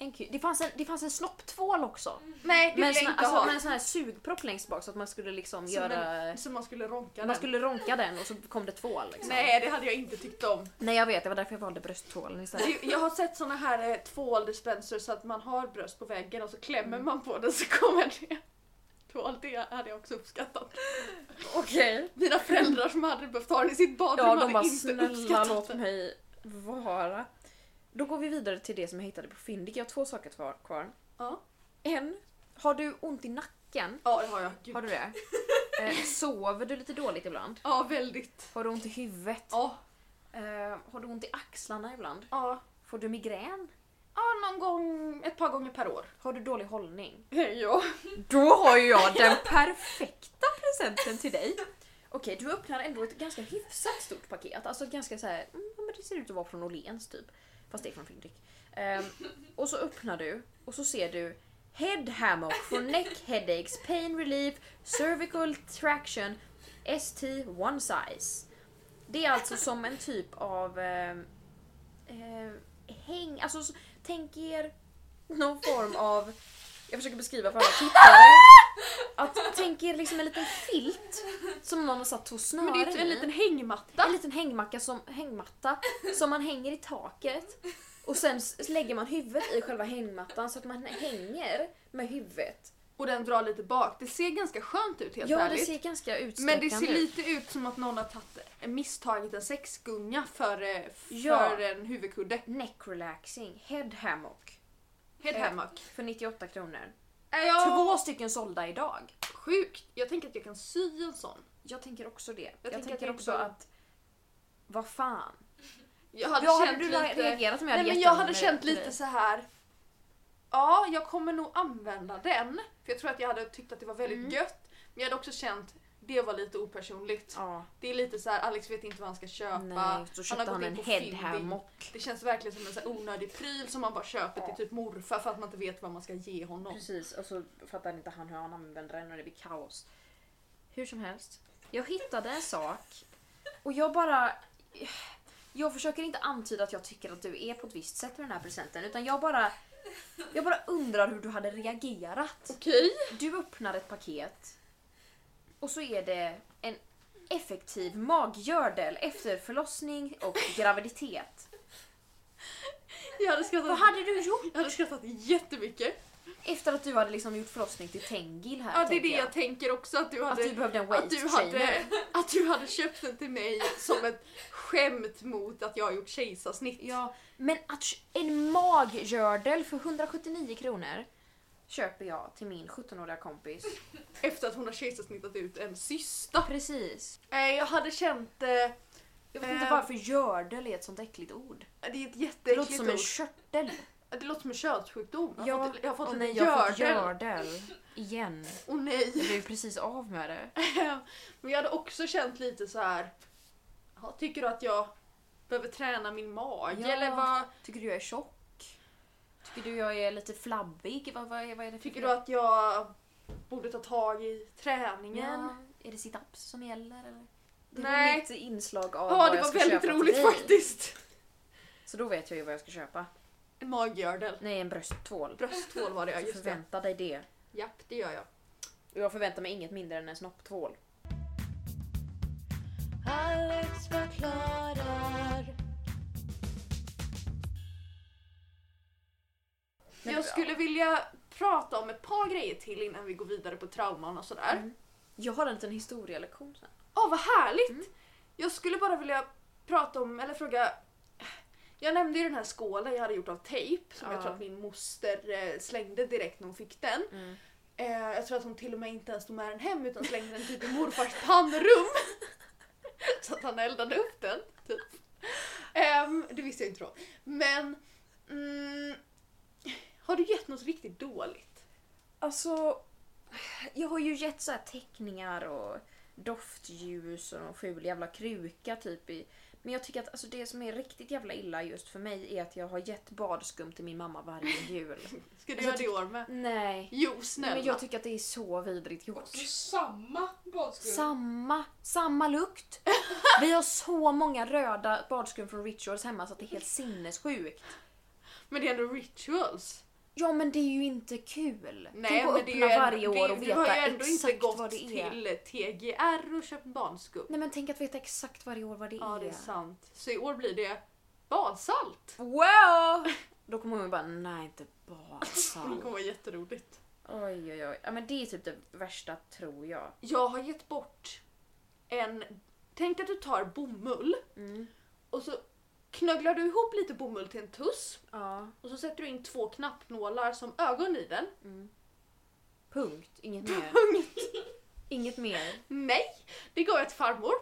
En kul. Det, fanns en, det fanns en snopptvål också.
Nej Mm. det
Med en,
vill jag
sån,
inte
alltså,
ha.
med en sån här sugpropp längst bak så att man skulle liksom
Som
göra...
Så man skulle ronka
Man
den.
skulle ronka den och så kom det tvål. Liksom.
Nej det hade jag inte tyckt om.
Nej jag vet, det var därför jag valde brösttvålen istället.
Det- Jag har sett såna här eh, tvål dispenser så att man har bröst på väggen och så
Mm.
klämmer man på den så kommer det. Tvål det hade jag också uppskattat.
Okej.
Mina föräldrar som hade behövt ha den i sitt badrum
Ja, de
hade
bara
inte
snälla
uppskattat
låt
den.
mig vara. Då går vi vidare till det som jag hittade på Fyndik. Jag har två saker kvar- kvar.
Ja.
En, har du ont i nacken?
Ja det har jag. Gud.
Har du [laughs] det? Eh, sover du lite dåligt ibland?
Ja väldigt.
Har du ont i huvudet?
Ja.
Eh, har du ont i axlarna ibland?
Ja.
Får du migrän?
Ja någon gång, ett par gånger per år.
Har du dålig hållning?
Ja.
Då har ju jag den perfekta presenten till dig. Okej, du öppnar ändå ett ganska hyfsat stort paket. Alltså ett ganska så här, mm, ja, men det ser ut att vara från Åhléns typ. Fast det är från Findrik. Ehm, och så öppnar du och så ser du Head Hammock for Neck Headaches Pain Relief Cervical Traction ST One Size. Det är alltså som en typ av ehm, eh, häng... Alltså så- tänk er någon form av... Jag försöker beskriva för alla tittare. Att tänk er liksom en liten filt som någon har satt två snören
Men det är ju typ
i.
en liten hängmatta.
En liten hängmacka som, hängmatta som man hänger i taket. Och sen s- lägger man huvudet i själva hängmattan så att man hänger med huvudet.
Och den drar lite bak. Det ser ganska skönt ut helt
Ja, det
ärligt.
ser ganska utsträckande
men det ser
ut.
lite ut som att någon har tagit, eh, misstagit en sexgunga för, eh, för
Ja.
en huvudkudde.
Neck relaxing, head hammock.
Head
Eh,
hammock.
För 98 kronor.
eh, Ja,
Två stycken sålda idag.
sjukt! Jag tänker att jag kan sy en sån.
Jag tänker också det. Jag,
tänker
tänker,
att jag
också
inte-
att... Vad fan.
Jag
Hade
hade
jag hade
känt
du
lite...
reagerat om jag
Nej,
gett
men jag
den
hade
med-
känt
till
lite
dig?
så här. Ja, jag kommer nog använda den. För jag tror att jag hade tyckt att det var väldigt
Mm.
gött. Men jag hade också känt Det var lite opersonligt.
Ja,
Det är lite så här, Alex vet inte vad han ska köpa.
nej. Så köpte
gått
han,
in
en
på
head
Finding.
hammock.
Det känns verkligen som en så här onödig pryl som man bara köper till typ morfar för att man inte vet vad man ska ge honom.
Precis, och så fattar inte han hur han använder den och det blir kaos. Hur som helst. Jag hittade en sak och jag bara... Jag försöker inte antyda att jag tycker att du är på ett visst sätt med den här presenten utan jag bara... Jag bara undrar hur du hade reagerat.
Okej.
Du öppnar ett paket och så är det en effektiv maggördel efter förlossning och graviditet.
Jag hade skrattat,
Vad hade du gjort?
jag hade skrattat jättemycket.
Efter att du hade liksom gjort förlossning till Tengil här
Ja det är det
tänker Alltså,
jag, tänker också att du
Att
hade...
du behövde en
att
weight
du, hade, [laughs] att du hade köpt den till mig som ett skämt mot att jag har gjort kejsarsnitt.
Ja, men att kö- en maggördel för 179 kronor köper jag till min 17-åriga [laughs] kompis.
Efter att hon har kejsarsnittat ut en cysta.
Precis.
Nej, jag hade känt... Eh, det
Jag vet inte
Eh.
varför gördel är ett sånt äckligt ord.
är ett
Det låter
jätteäckligt
som
ord.
en körtel.
Det låter som en könssjukdom. Jag
Ja,
har fått, jag har fått
Åh
en
nej, jag har fått
gördel.
gördel. Igen.
Åh nej.
Jag blev ju precis av med det.
Men jag hade också känt lite så här. "Ja, Tycker du att jag behöver träna min mage?
Ja.
Eller vad
Tycker du jag är tjock? Tycker du jag är lite flabbig? Vad, vad, är- vad är det för
tycker
fel?
du att jag borde ta tag i
Ja,
träningen?
är det sit-ups som gäller? Eller? Det var
Nej.
mitt inslag av
Ja,
vad
det
jag
var
ska
väldigt
köpa till
roligt
dig.
faktiskt.
Så då vet jag ju vad jag ska köpa.
En maggördel.
Nej, en brösttvål.
Brösthål var det ja,
Så
just det.
förvänta dig det.
Japp, det gör jag.
Och jag förväntar mig inget mindre än en snopptvål.
Alex förklarar.
Men
jag
det-
skulle vilja prata om ett par grejer till innan vi går vidare på trauman och sådär. Åh,
Mm. Jag har en liten historielektion sen.
vad härligt!
Mm.
Jag skulle bara vilja prata om, eller fråga... Jag nämnde ju den här skålen jag hade gjort av tejp som
Ja.
jag tror att min moster eh, slängde direkt när hon fick den.
Mm.
Eh, jag tror att hon till och med inte ens tog med den hem utan slängde den typ i morfars pannrum. [laughs] Så att han eldade upp den. Typ. Ehm, det visste jag inte då. Men... Mm, har du gett något riktigt dåligt?
Alltså, jag har ju gett så här teckningar och doftljus och någon ful jävla kruka typ i... Men jag tycker att alltså, det som är riktigt jävla illa just för mig är att jag har gett badskum till min mamma [laughs] varje jul.
Ska du
Alltså,
göra
jag
det i år med?
Nej.
Jo, snälla.
Men jag tycker att det är så vidrigt gjort.
Det är samma badskum.
Samma, samma lukt. [laughs] Vi har så många röda badskum från Rituals hemma så att det är helt sinnessjukt.
men det är ändå rituals.
Ja men det är ju inte kul.
Nej,
Tänk att
men det är ju
öppna
ändå-
varje år
det-
och
Du har
veta
ju ändå inte
exakt
gått
vad det är.
till TGR och köpt barnskum.
Nej men tänk att veta exakt varje år vad det
Ja,
är.
det är sant. Så i år blir det badsalt.
Wow! Då kommer hon bara, nej inte [laughs]
Det kommer
badsalt.
vara jätteroligt.
oj oj oj. Ja men det är typ det värsta tror jag.
Jag har gett bort en... Tänk att du tar bomull
Mm.
och så knögglar du ihop lite bomull till en tuss
Ja.
och så sätter du in två knappnålar som ögon i den. [laughs]
mm. Punkt. Inget [laughs] mer.
Punkt!
Inget mer.
Nej! Det gav jag till farmor.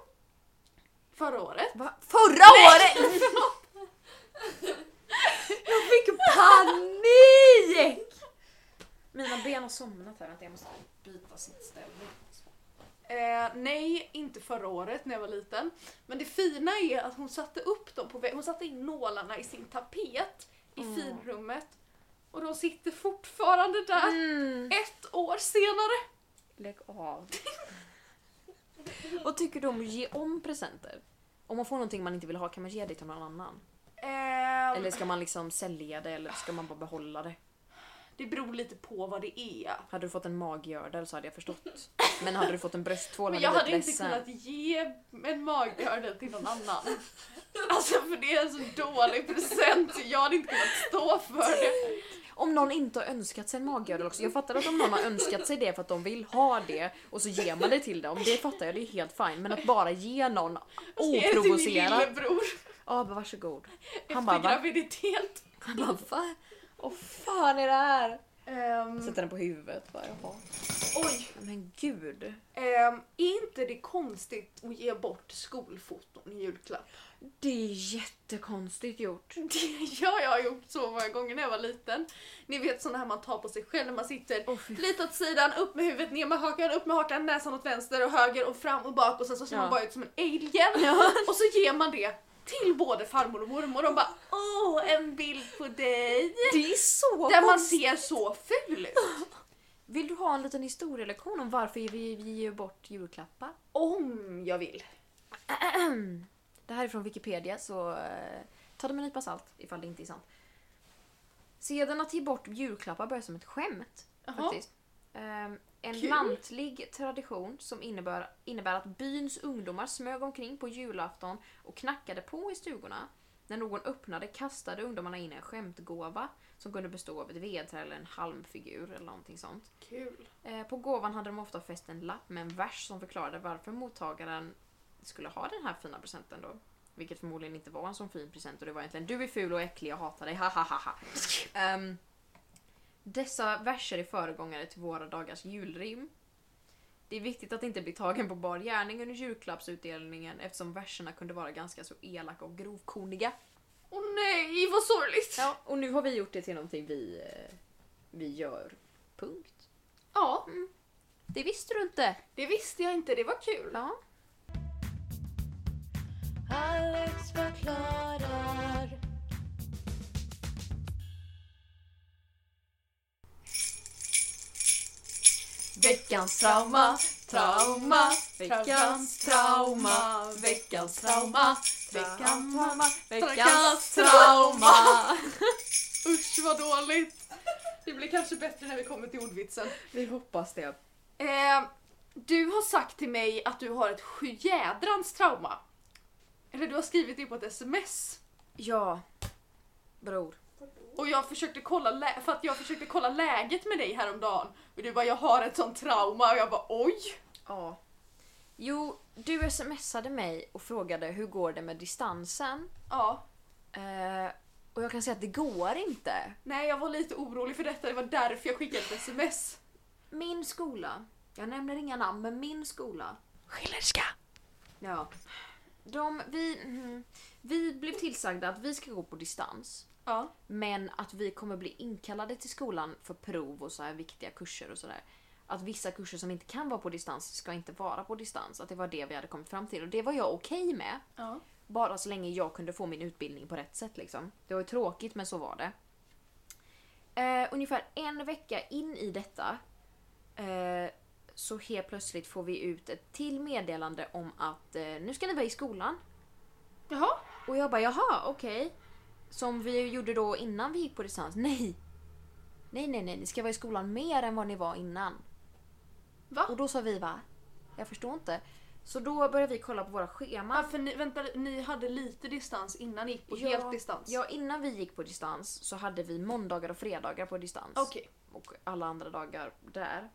Förra året.
Va? Förra året! [laughs] jag fick panik! Mina ben har somnat här, vänta jag måste byta sitt ställe.
Eh, nej, inte förra året när jag var liten. Men det fina är att hon satte upp dem på vä- Hon satte in nålarna i sin tapet i
Mm.
finrummet. Och de sitter fortfarande där.
Mm.
Ett år senare.
Lägg [laughs] av. Vad tycker du om att ge om presenter? Om man får någonting man inte vill ha, kan man ge det till någon annan?
Ehm,
Eller ska man liksom sälja det eller ska man bara behålla det?
Det beror lite på vad det är.
Hade du fått en maggördel så hade jag förstått. Men hade du fått en bröstvål
Men
hade
jag
blivit
hade inte
ledsen.
kunnat ge en magördel till någon annan. Alltså för det är en så dålig present. Jag hade inte kunnat stå för det.
Om någon inte har önskat sig en maggördel också. Jag fattar att om någon har önskat sig det för att de vill ha det och så ger man det till dem. Det fattar jag, det är helt fint. Men att bara ge någon
Ge Alltså, det till min
oprovocerat.
lillebror
Ja, men varsågod. Han bara
efter
va?
graviditet.
Han bara va? Åh fan är det här?
Ehm,
Sätta den på huvudet. Bara, jaha.
oj!
Men gud.
Ehm, är inte det konstigt att ge bort skolfoton i julklapp?
Det är jättekonstigt gjort.
Det har jag gjort så många gånger när jag var liten. Ni vet sådana här man tar på sig själv när man sitter
Åh, fy
lite åt sidan, upp med huvudet, ner med hakan, upp med hakan, näsan åt vänster och höger och fram och bak och sen så ser
Ja.
man bara ut som en alien. [laughs] Och så ger man det till både farmor och mormor och de bara åh en bild på dig.
Det är så
Där man ser så ful ut.
Vill du ha en liten historielektion om varför vi, vi ger bort julklappar?
Om jag vill.
Det här är från Wikipedia så eh, ta det med en nypa salt ifall det inte är sant. Seden att ge bort julklappar började som ett skämt.
Jaha.
Faktiskt. Ehm, en
Kul.
mantlig tradition som innebär, innebär att byns ungdomar smög omkring på julafton och knackade på i stugorna. När någon öppnade kastade ungdomarna in en skämtgåva som kunde bestå av ett vedträ eller en halmfigur eller någonting sånt.
Kul.
Eh, På gåvan hade de ofta fäst en lapp med en vers som förklarade varför mottagaren skulle ha den här fina presenten då. Vilket förmodligen inte var en sån fin present och det var egentligen du är ful och äcklig, jag hatar dig, ha ha ha ha. Ehm, Dessa verser är föregångare till våra dagars julrim. Det är viktigt att inte bli tagen på bar gärning under julklappsutdelningen eftersom verserna kunde vara ganska så elaka och grovkorniga.
Åh nej vad sorgligt. Ja.
Ja, och nu har vi gjort det till någonting vi, eh, vi gör. Punkt. Mm. Det visste du inte!
det visste jag inte, det var kul.
Ja.
Alex förklarar.
Veckans trauma, trauma,
veckans trauma,
veckans trauma,
veckans trauma,
veckans trauma.
Usch vad dåligt. Det blir kanske bättre när vi kommer till ordvitsen.
Vi hoppas det.
Eh, du har sagt till mig att du har ett sjujädrans trauma. Eller du har skrivit det på ett sms.
Ja, bror.
Och jag försökte kolla, lä- för att jag försökte kolla läget med dig häromdagen. Och du bara jag har ett sånt trauma och jag bara oj.
Ja. Jo, du smsade mig och frågade hur går det med distansen?
Ja.
Eh, och jag kan säga att det går inte.
Nej jag var lite orolig för detta, det var därför jag skickade ett sms.
Min skola, jag nämner inga namn, men min skola
Schillerska.
Ja. De, vi, mm, vi blev tillsagda att vi ska gå på distans.
Ja.
Men att vi kommer bli inkallade till skolan för prov och så här viktiga kurser och sådär. Att vissa kurser som inte kan vara på distans ska inte vara på distans. Att det var det vi hade kommit fram till. Och det var jag okej med.
Ja.
Bara så länge jag kunde få min utbildning på rätt sätt liksom. Det var ju tråkigt men så var det. Eh, ungefär en vecka in i detta eh, så helt plötsligt får vi ut ett till meddelande om att eh, nu ska ni vara i skolan.
Jaha.
Och jag bara jaha okej. Som vi gjorde då innan vi gick på distans. Nej! Nej nej nej, ni ska vara i skolan mer än vad ni var innan.
Va?
Och då sa vi va? Jag förstår inte. Så då började vi kolla på våra scheman.
Ja, för ni, vänta, ni hade lite distans innan ni gick på
Ja,
helt distans?
Ja, innan vi gick på distans så hade vi måndagar och fredagar på distans.
Okej.
Och alla andra dagar där.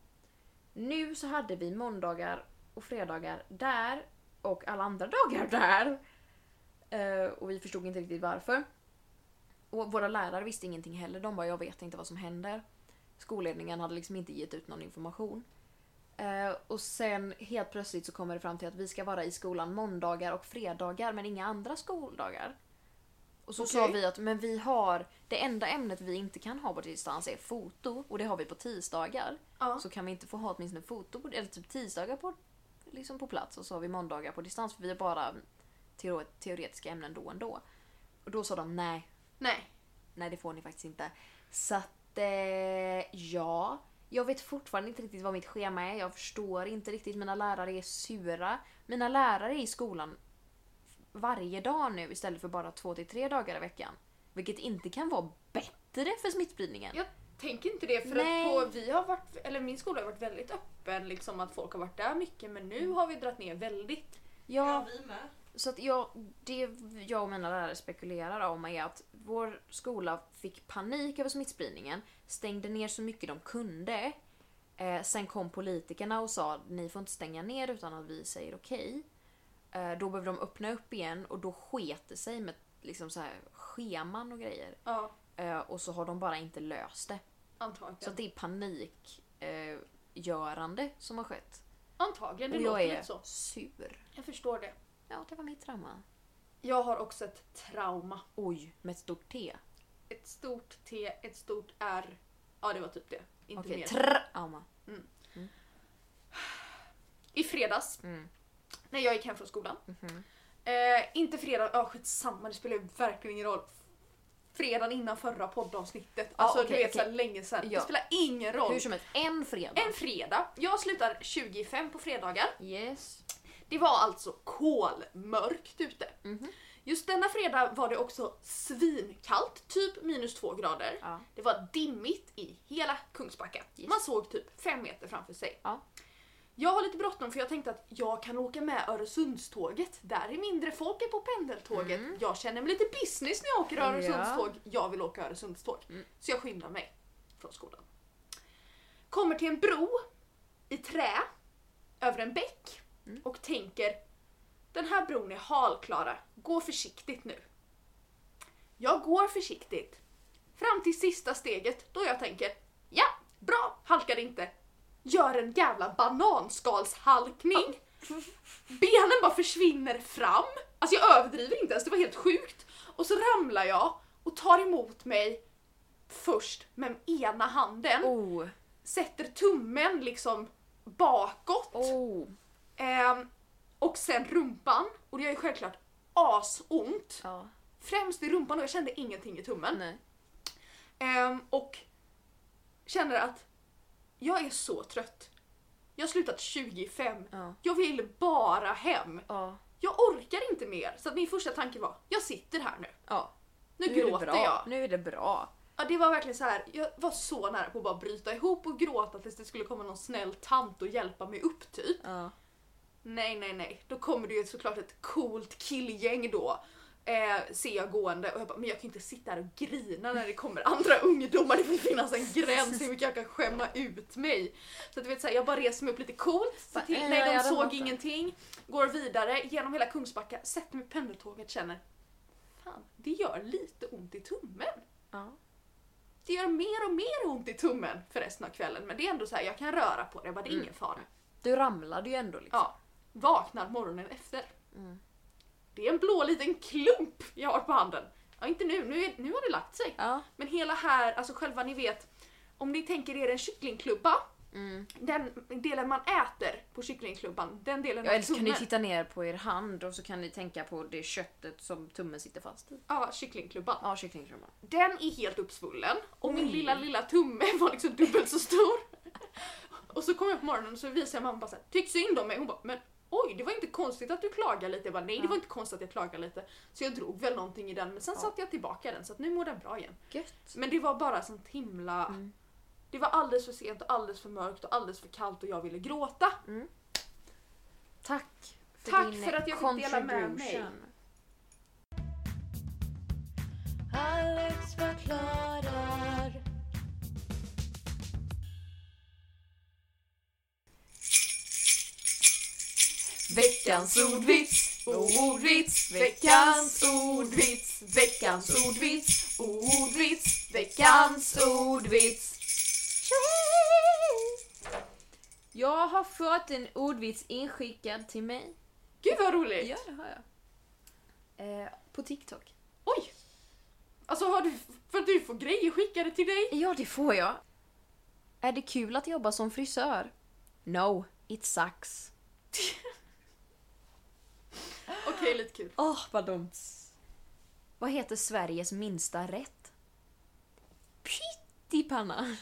Nu så hade vi måndagar och fredagar där och alla andra dagar där. Eh, och vi förstod inte riktigt varför. Och våra lärare visste ingenting heller. De bara “jag vet inte vad som händer”. Skolledningen hade liksom inte gett ut någon information. Eh, och sen helt plötsligt så kommer det fram till att vi ska vara i skolan måndagar och fredagar men inga andra skoldagar. Och så sa
Okej.
vi att men vi har, det enda ämnet vi inte kan ha på distans är foto och det har vi på tisdagar.
Ja.
Så kan vi inte få ha åtminstone foto på, eller typ tisdagar på, liksom på plats och så har vi måndagar på distans för vi har bara teo- teoretiska ämnen då och då. Och då sa de nej,
Nej.
nej det får ni faktiskt inte. Så att eh, ja, jag vet fortfarande inte riktigt vad mitt schema är. Jag förstår inte riktigt. Mina lärare är sura. Mina lärare är i skolan varje dag nu istället för bara två till tre dagar i veckan. Vilket inte kan vara bättre för smittspridningen.
Jag tänker inte det för
Nej.
att på, vi har varit, eller min skola har varit väldigt öppen liksom att folk har varit där mycket men
Mm.
nu har vi dragit ner väldigt.
Ja,
Jag
vi med.
Så att jag, det jag och mina lärare spekulerar om är att vår skola fick panik över smittspridningen, stängde ner så mycket de kunde. Eh, sen kom politikerna och sa ni får inte stänga ner utan att vi säger okej. Eh, då behöver de öppna upp igen och då sket det sig med liksom så här, scheman och grejer.
Ja.
Eh, och så har de bara inte löst det.
Antagligen.
Så att det är panikgörande eh, görande som har skett.
Antagligen, det
Och
låter
jag
lite
är
så.
sur.
Jag förstår det.
Ja, det var mitt trauma.
Jag har också ett trauma.
Oj, med ett stort T.
Ett stort T, ett stort R. Ja, det var typ det. Inte
Okej,
mer.
trauma.
I fredags,
Mm.
när jag gick hem från skolan.
Mhm.
Eh, inte fredag, ja skitsamma, det spelar ju verkligen ingen roll. Fredagen innan förra poddavsnittet.
Ja,
alltså
okej,
du vet
okej.
så här länge sedan.
Ja.
Det spelar ingen roll.
Hur som helst, en fredag.
En fredag. Jag slutar 25 på fredagar.
Yes.
Det var alltså kolmörkt ute.
Mhm.
Just denna fredag var det också svinkallt, typ minus två grader.
Ja.
Det var dimmigt i hela Kungsbacka.
Yes.
Man såg typ fem meter framför sig.
Ja.
Jag har lite bråttom för jag tänkte att jag kan åka med Öresundståget. Där är mindre folk än på pendeltåget.
Mm.
Jag känner mig lite business när jag åker Öresundståg. Jag vill åka Öresundståg.
Mm.
Så jag skyndar mig från skolan. Kommer till en bro i trä över en bäck
Mm.
och tänker den här bron är halklara. Gå försiktigt nu. Jag går försiktigt. Fram till sista steget då jag tänker ja, bra, halkade inte. Gör en jävla bananskalshalkning. Benen bara försvinner fram. Alltså jag överdriver inte ens, det var helt sjukt. Och så ramlar jag och tar emot mig först med ena handen.
Oh.
Sätter tummen liksom bakåt.
Oh.
Ehm, och sen rumpan. Och det gör ju självklart asont.
Ja.
Främst i rumpan och jag kände ingenting i tummen.
Nej.
Ehm, och känner att jag är så trött. Jag har slutat 25.
Ja.
Jag vill bara hem.
Ja.
Jag orkar inte mer. Så att min första tanke var, jag sitter här nu.
Ja.
Nu,
Nu är det
gråter
bra.
jag.
Nu är det bra.
Ja, det var verkligen så här. jag var så nära på att bara bryta ihop och gråta tills det skulle komma någon snäll tant och hjälpa mig upp typ.
Ja.
Nej, nej, nej. Då kommer det ju såklart ett coolt killgäng då. Eh, ser jag gående och jag bara, men jag kan ju inte sitta här och grina när det kommer andra ungdomar. Det får finnas en gräns hur mycket jag kan skämma ut mig. Så att du vet, så här, jag bara reser mig upp lite coolt. ser
Bara,
till,
eh,
nej,
jag
de
ramlar
såg
inte.
ingenting. Går vidare genom hela Kungsbacka, sätter mig på pendeltåget känner, fan, det gör lite ont i tummen.
Ja.
Det gör mer och mer ont i tummen för resten av kvällen. Men det är ändå så här, jag kan röra på det. Jag bara, det är ingen fara.
Du ramlade ju ändå liksom.
Ja. Vaknar morgonen efter.
Mm.
Det är en blå liten klump jag har på handen. Ja, inte nu. Nu, är, nu har det lagt sig.
Ja.
Men hela här, alltså själva ni vet. Om ni tänker er en kycklingklubba.
Mm.
Den delen man äter på kycklingklubban, den delen
Ja, eller så kan ni
tummen-
titta ner på er hand och så kan ni tänka på det köttet som tummen sitter fast i.
Ja, kycklingklubban.
Ja, kycklingkrumman.
Den är helt uppsvullen och min lilla lilla tumme var liksom dubbelt så stor. Och så kom jag på morgonen och så visade mamma bara såhär, tyck synd om mig. Hon bara, men oj det var inte konstigt att du klagade lite. Jag bara, nej det var inte konstigt att jag klagade lite. Så jag drog väl någonting i den men sen
Ja.
satte jag tillbaka den så att nu mår den bra igen.
Gött.
Men det var bara sånt himla...
Mm.
Det var alldeles för sent och alldeles för mörkt och alldeles för kallt och jag ville gråta.
Tack. För
Tack
din
för att jag fick dela med mig.
contribution.
Alex förklarar.
Veckans ordvits, ordvits, veckans ordvits, veckans ordvits, ordvits, veckans ordvits. Jag har fått en ordvits inskickad till mig.
Gud vad roligt!
det har jag. Eh, på TikTok.
Oj! Alltså har du, för att du får grejer skickade till dig?
Ja, det får jag. Är det kul att jobba som frisör? No, it sucks.
Okej lite kul.
Åh, vad dumt. Vad heter Sveriges minsta rätt? [laughs] Pyttipanna.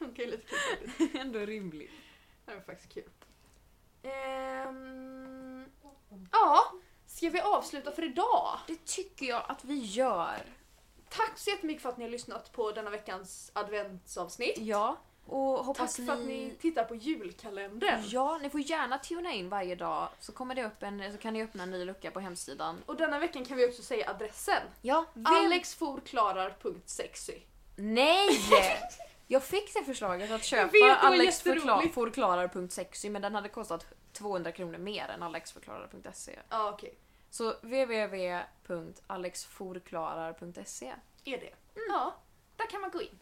Okej lite kul. faktiskt.
Ändå rimligt.
Det var faktiskt kul. Ehm, ja, ska vi avsluta för idag?
Det tycker jag att vi gör.
Tack så jättemycket för att ni har lyssnat på denna veckans adventsavsnitt.
Ja, och
Tack
hoppas
för att ni tittar på julkalendern.
Ja, ni får gärna tuna in varje dag så kommer det upp en, så kan ni öppna en ny lucka på hemsidan.
Och denna veckan kan vi också säga adressen.
Ja,
Alexforklarar.sexy. [laughs]
Nej! Jag fick det förslaget att köpa
vet, det var
Alex
jätteroligt.
forklarar.sexy men den hade kostat 200 kronor mer än alexforklarar.se.
Ja, okej.
Så www.alexforklarar.se
Mm. Är det? Ja. Där kan man gå in.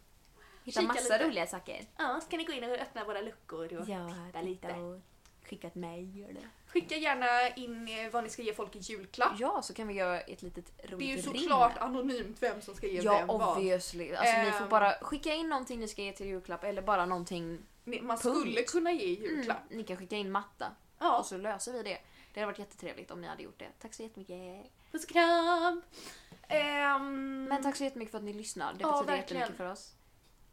Hitta
Kika
massa
lite.
roliga saker.
Ja, så kan ni gå in och öppna våra luckor och
Ja,
titta lite.
och skicka ett mejl. eller-
Skicka gärna in eh, vad ni ska ge folk i julklapp.
Ja, så kan vi göra ett litet roligt
Det är ju
rim.
såklart anonymt vem som ska ge
Ja,
vem vad.
obviously. Alltså, ni får
Ehm.
bara skicka in någonting ni ska ge till julklapp eller bara någonting.
Ni- Man
Punkt.
skulle kunna ge i julklapp.
Mm, ni kan skicka in matta och
Ja,
så löser vi det. Det hade varit jättetrevligt om ni hade gjort det. Tack så jättemycket.
puss och kram! Ehm,
Men tack så jättemycket för att ni lyssnar. Det
Ja,
betyder
verkligen.
jättemycket för oss.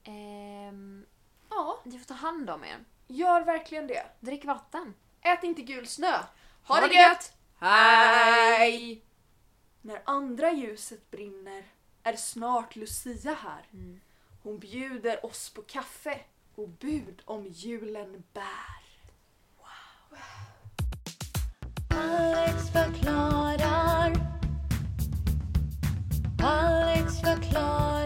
Ehm,
Ja,
ni får ta hand om er.
gör verkligen det.
Drick vatten.
Ät inte gul snö. Ha, det gött! Hej! När andra ljuset brinner är snart Lucia här.
Mm.
Hon bjuder oss på kaffe och bud om julen bär.
Alex förklarar. Alex förklarar.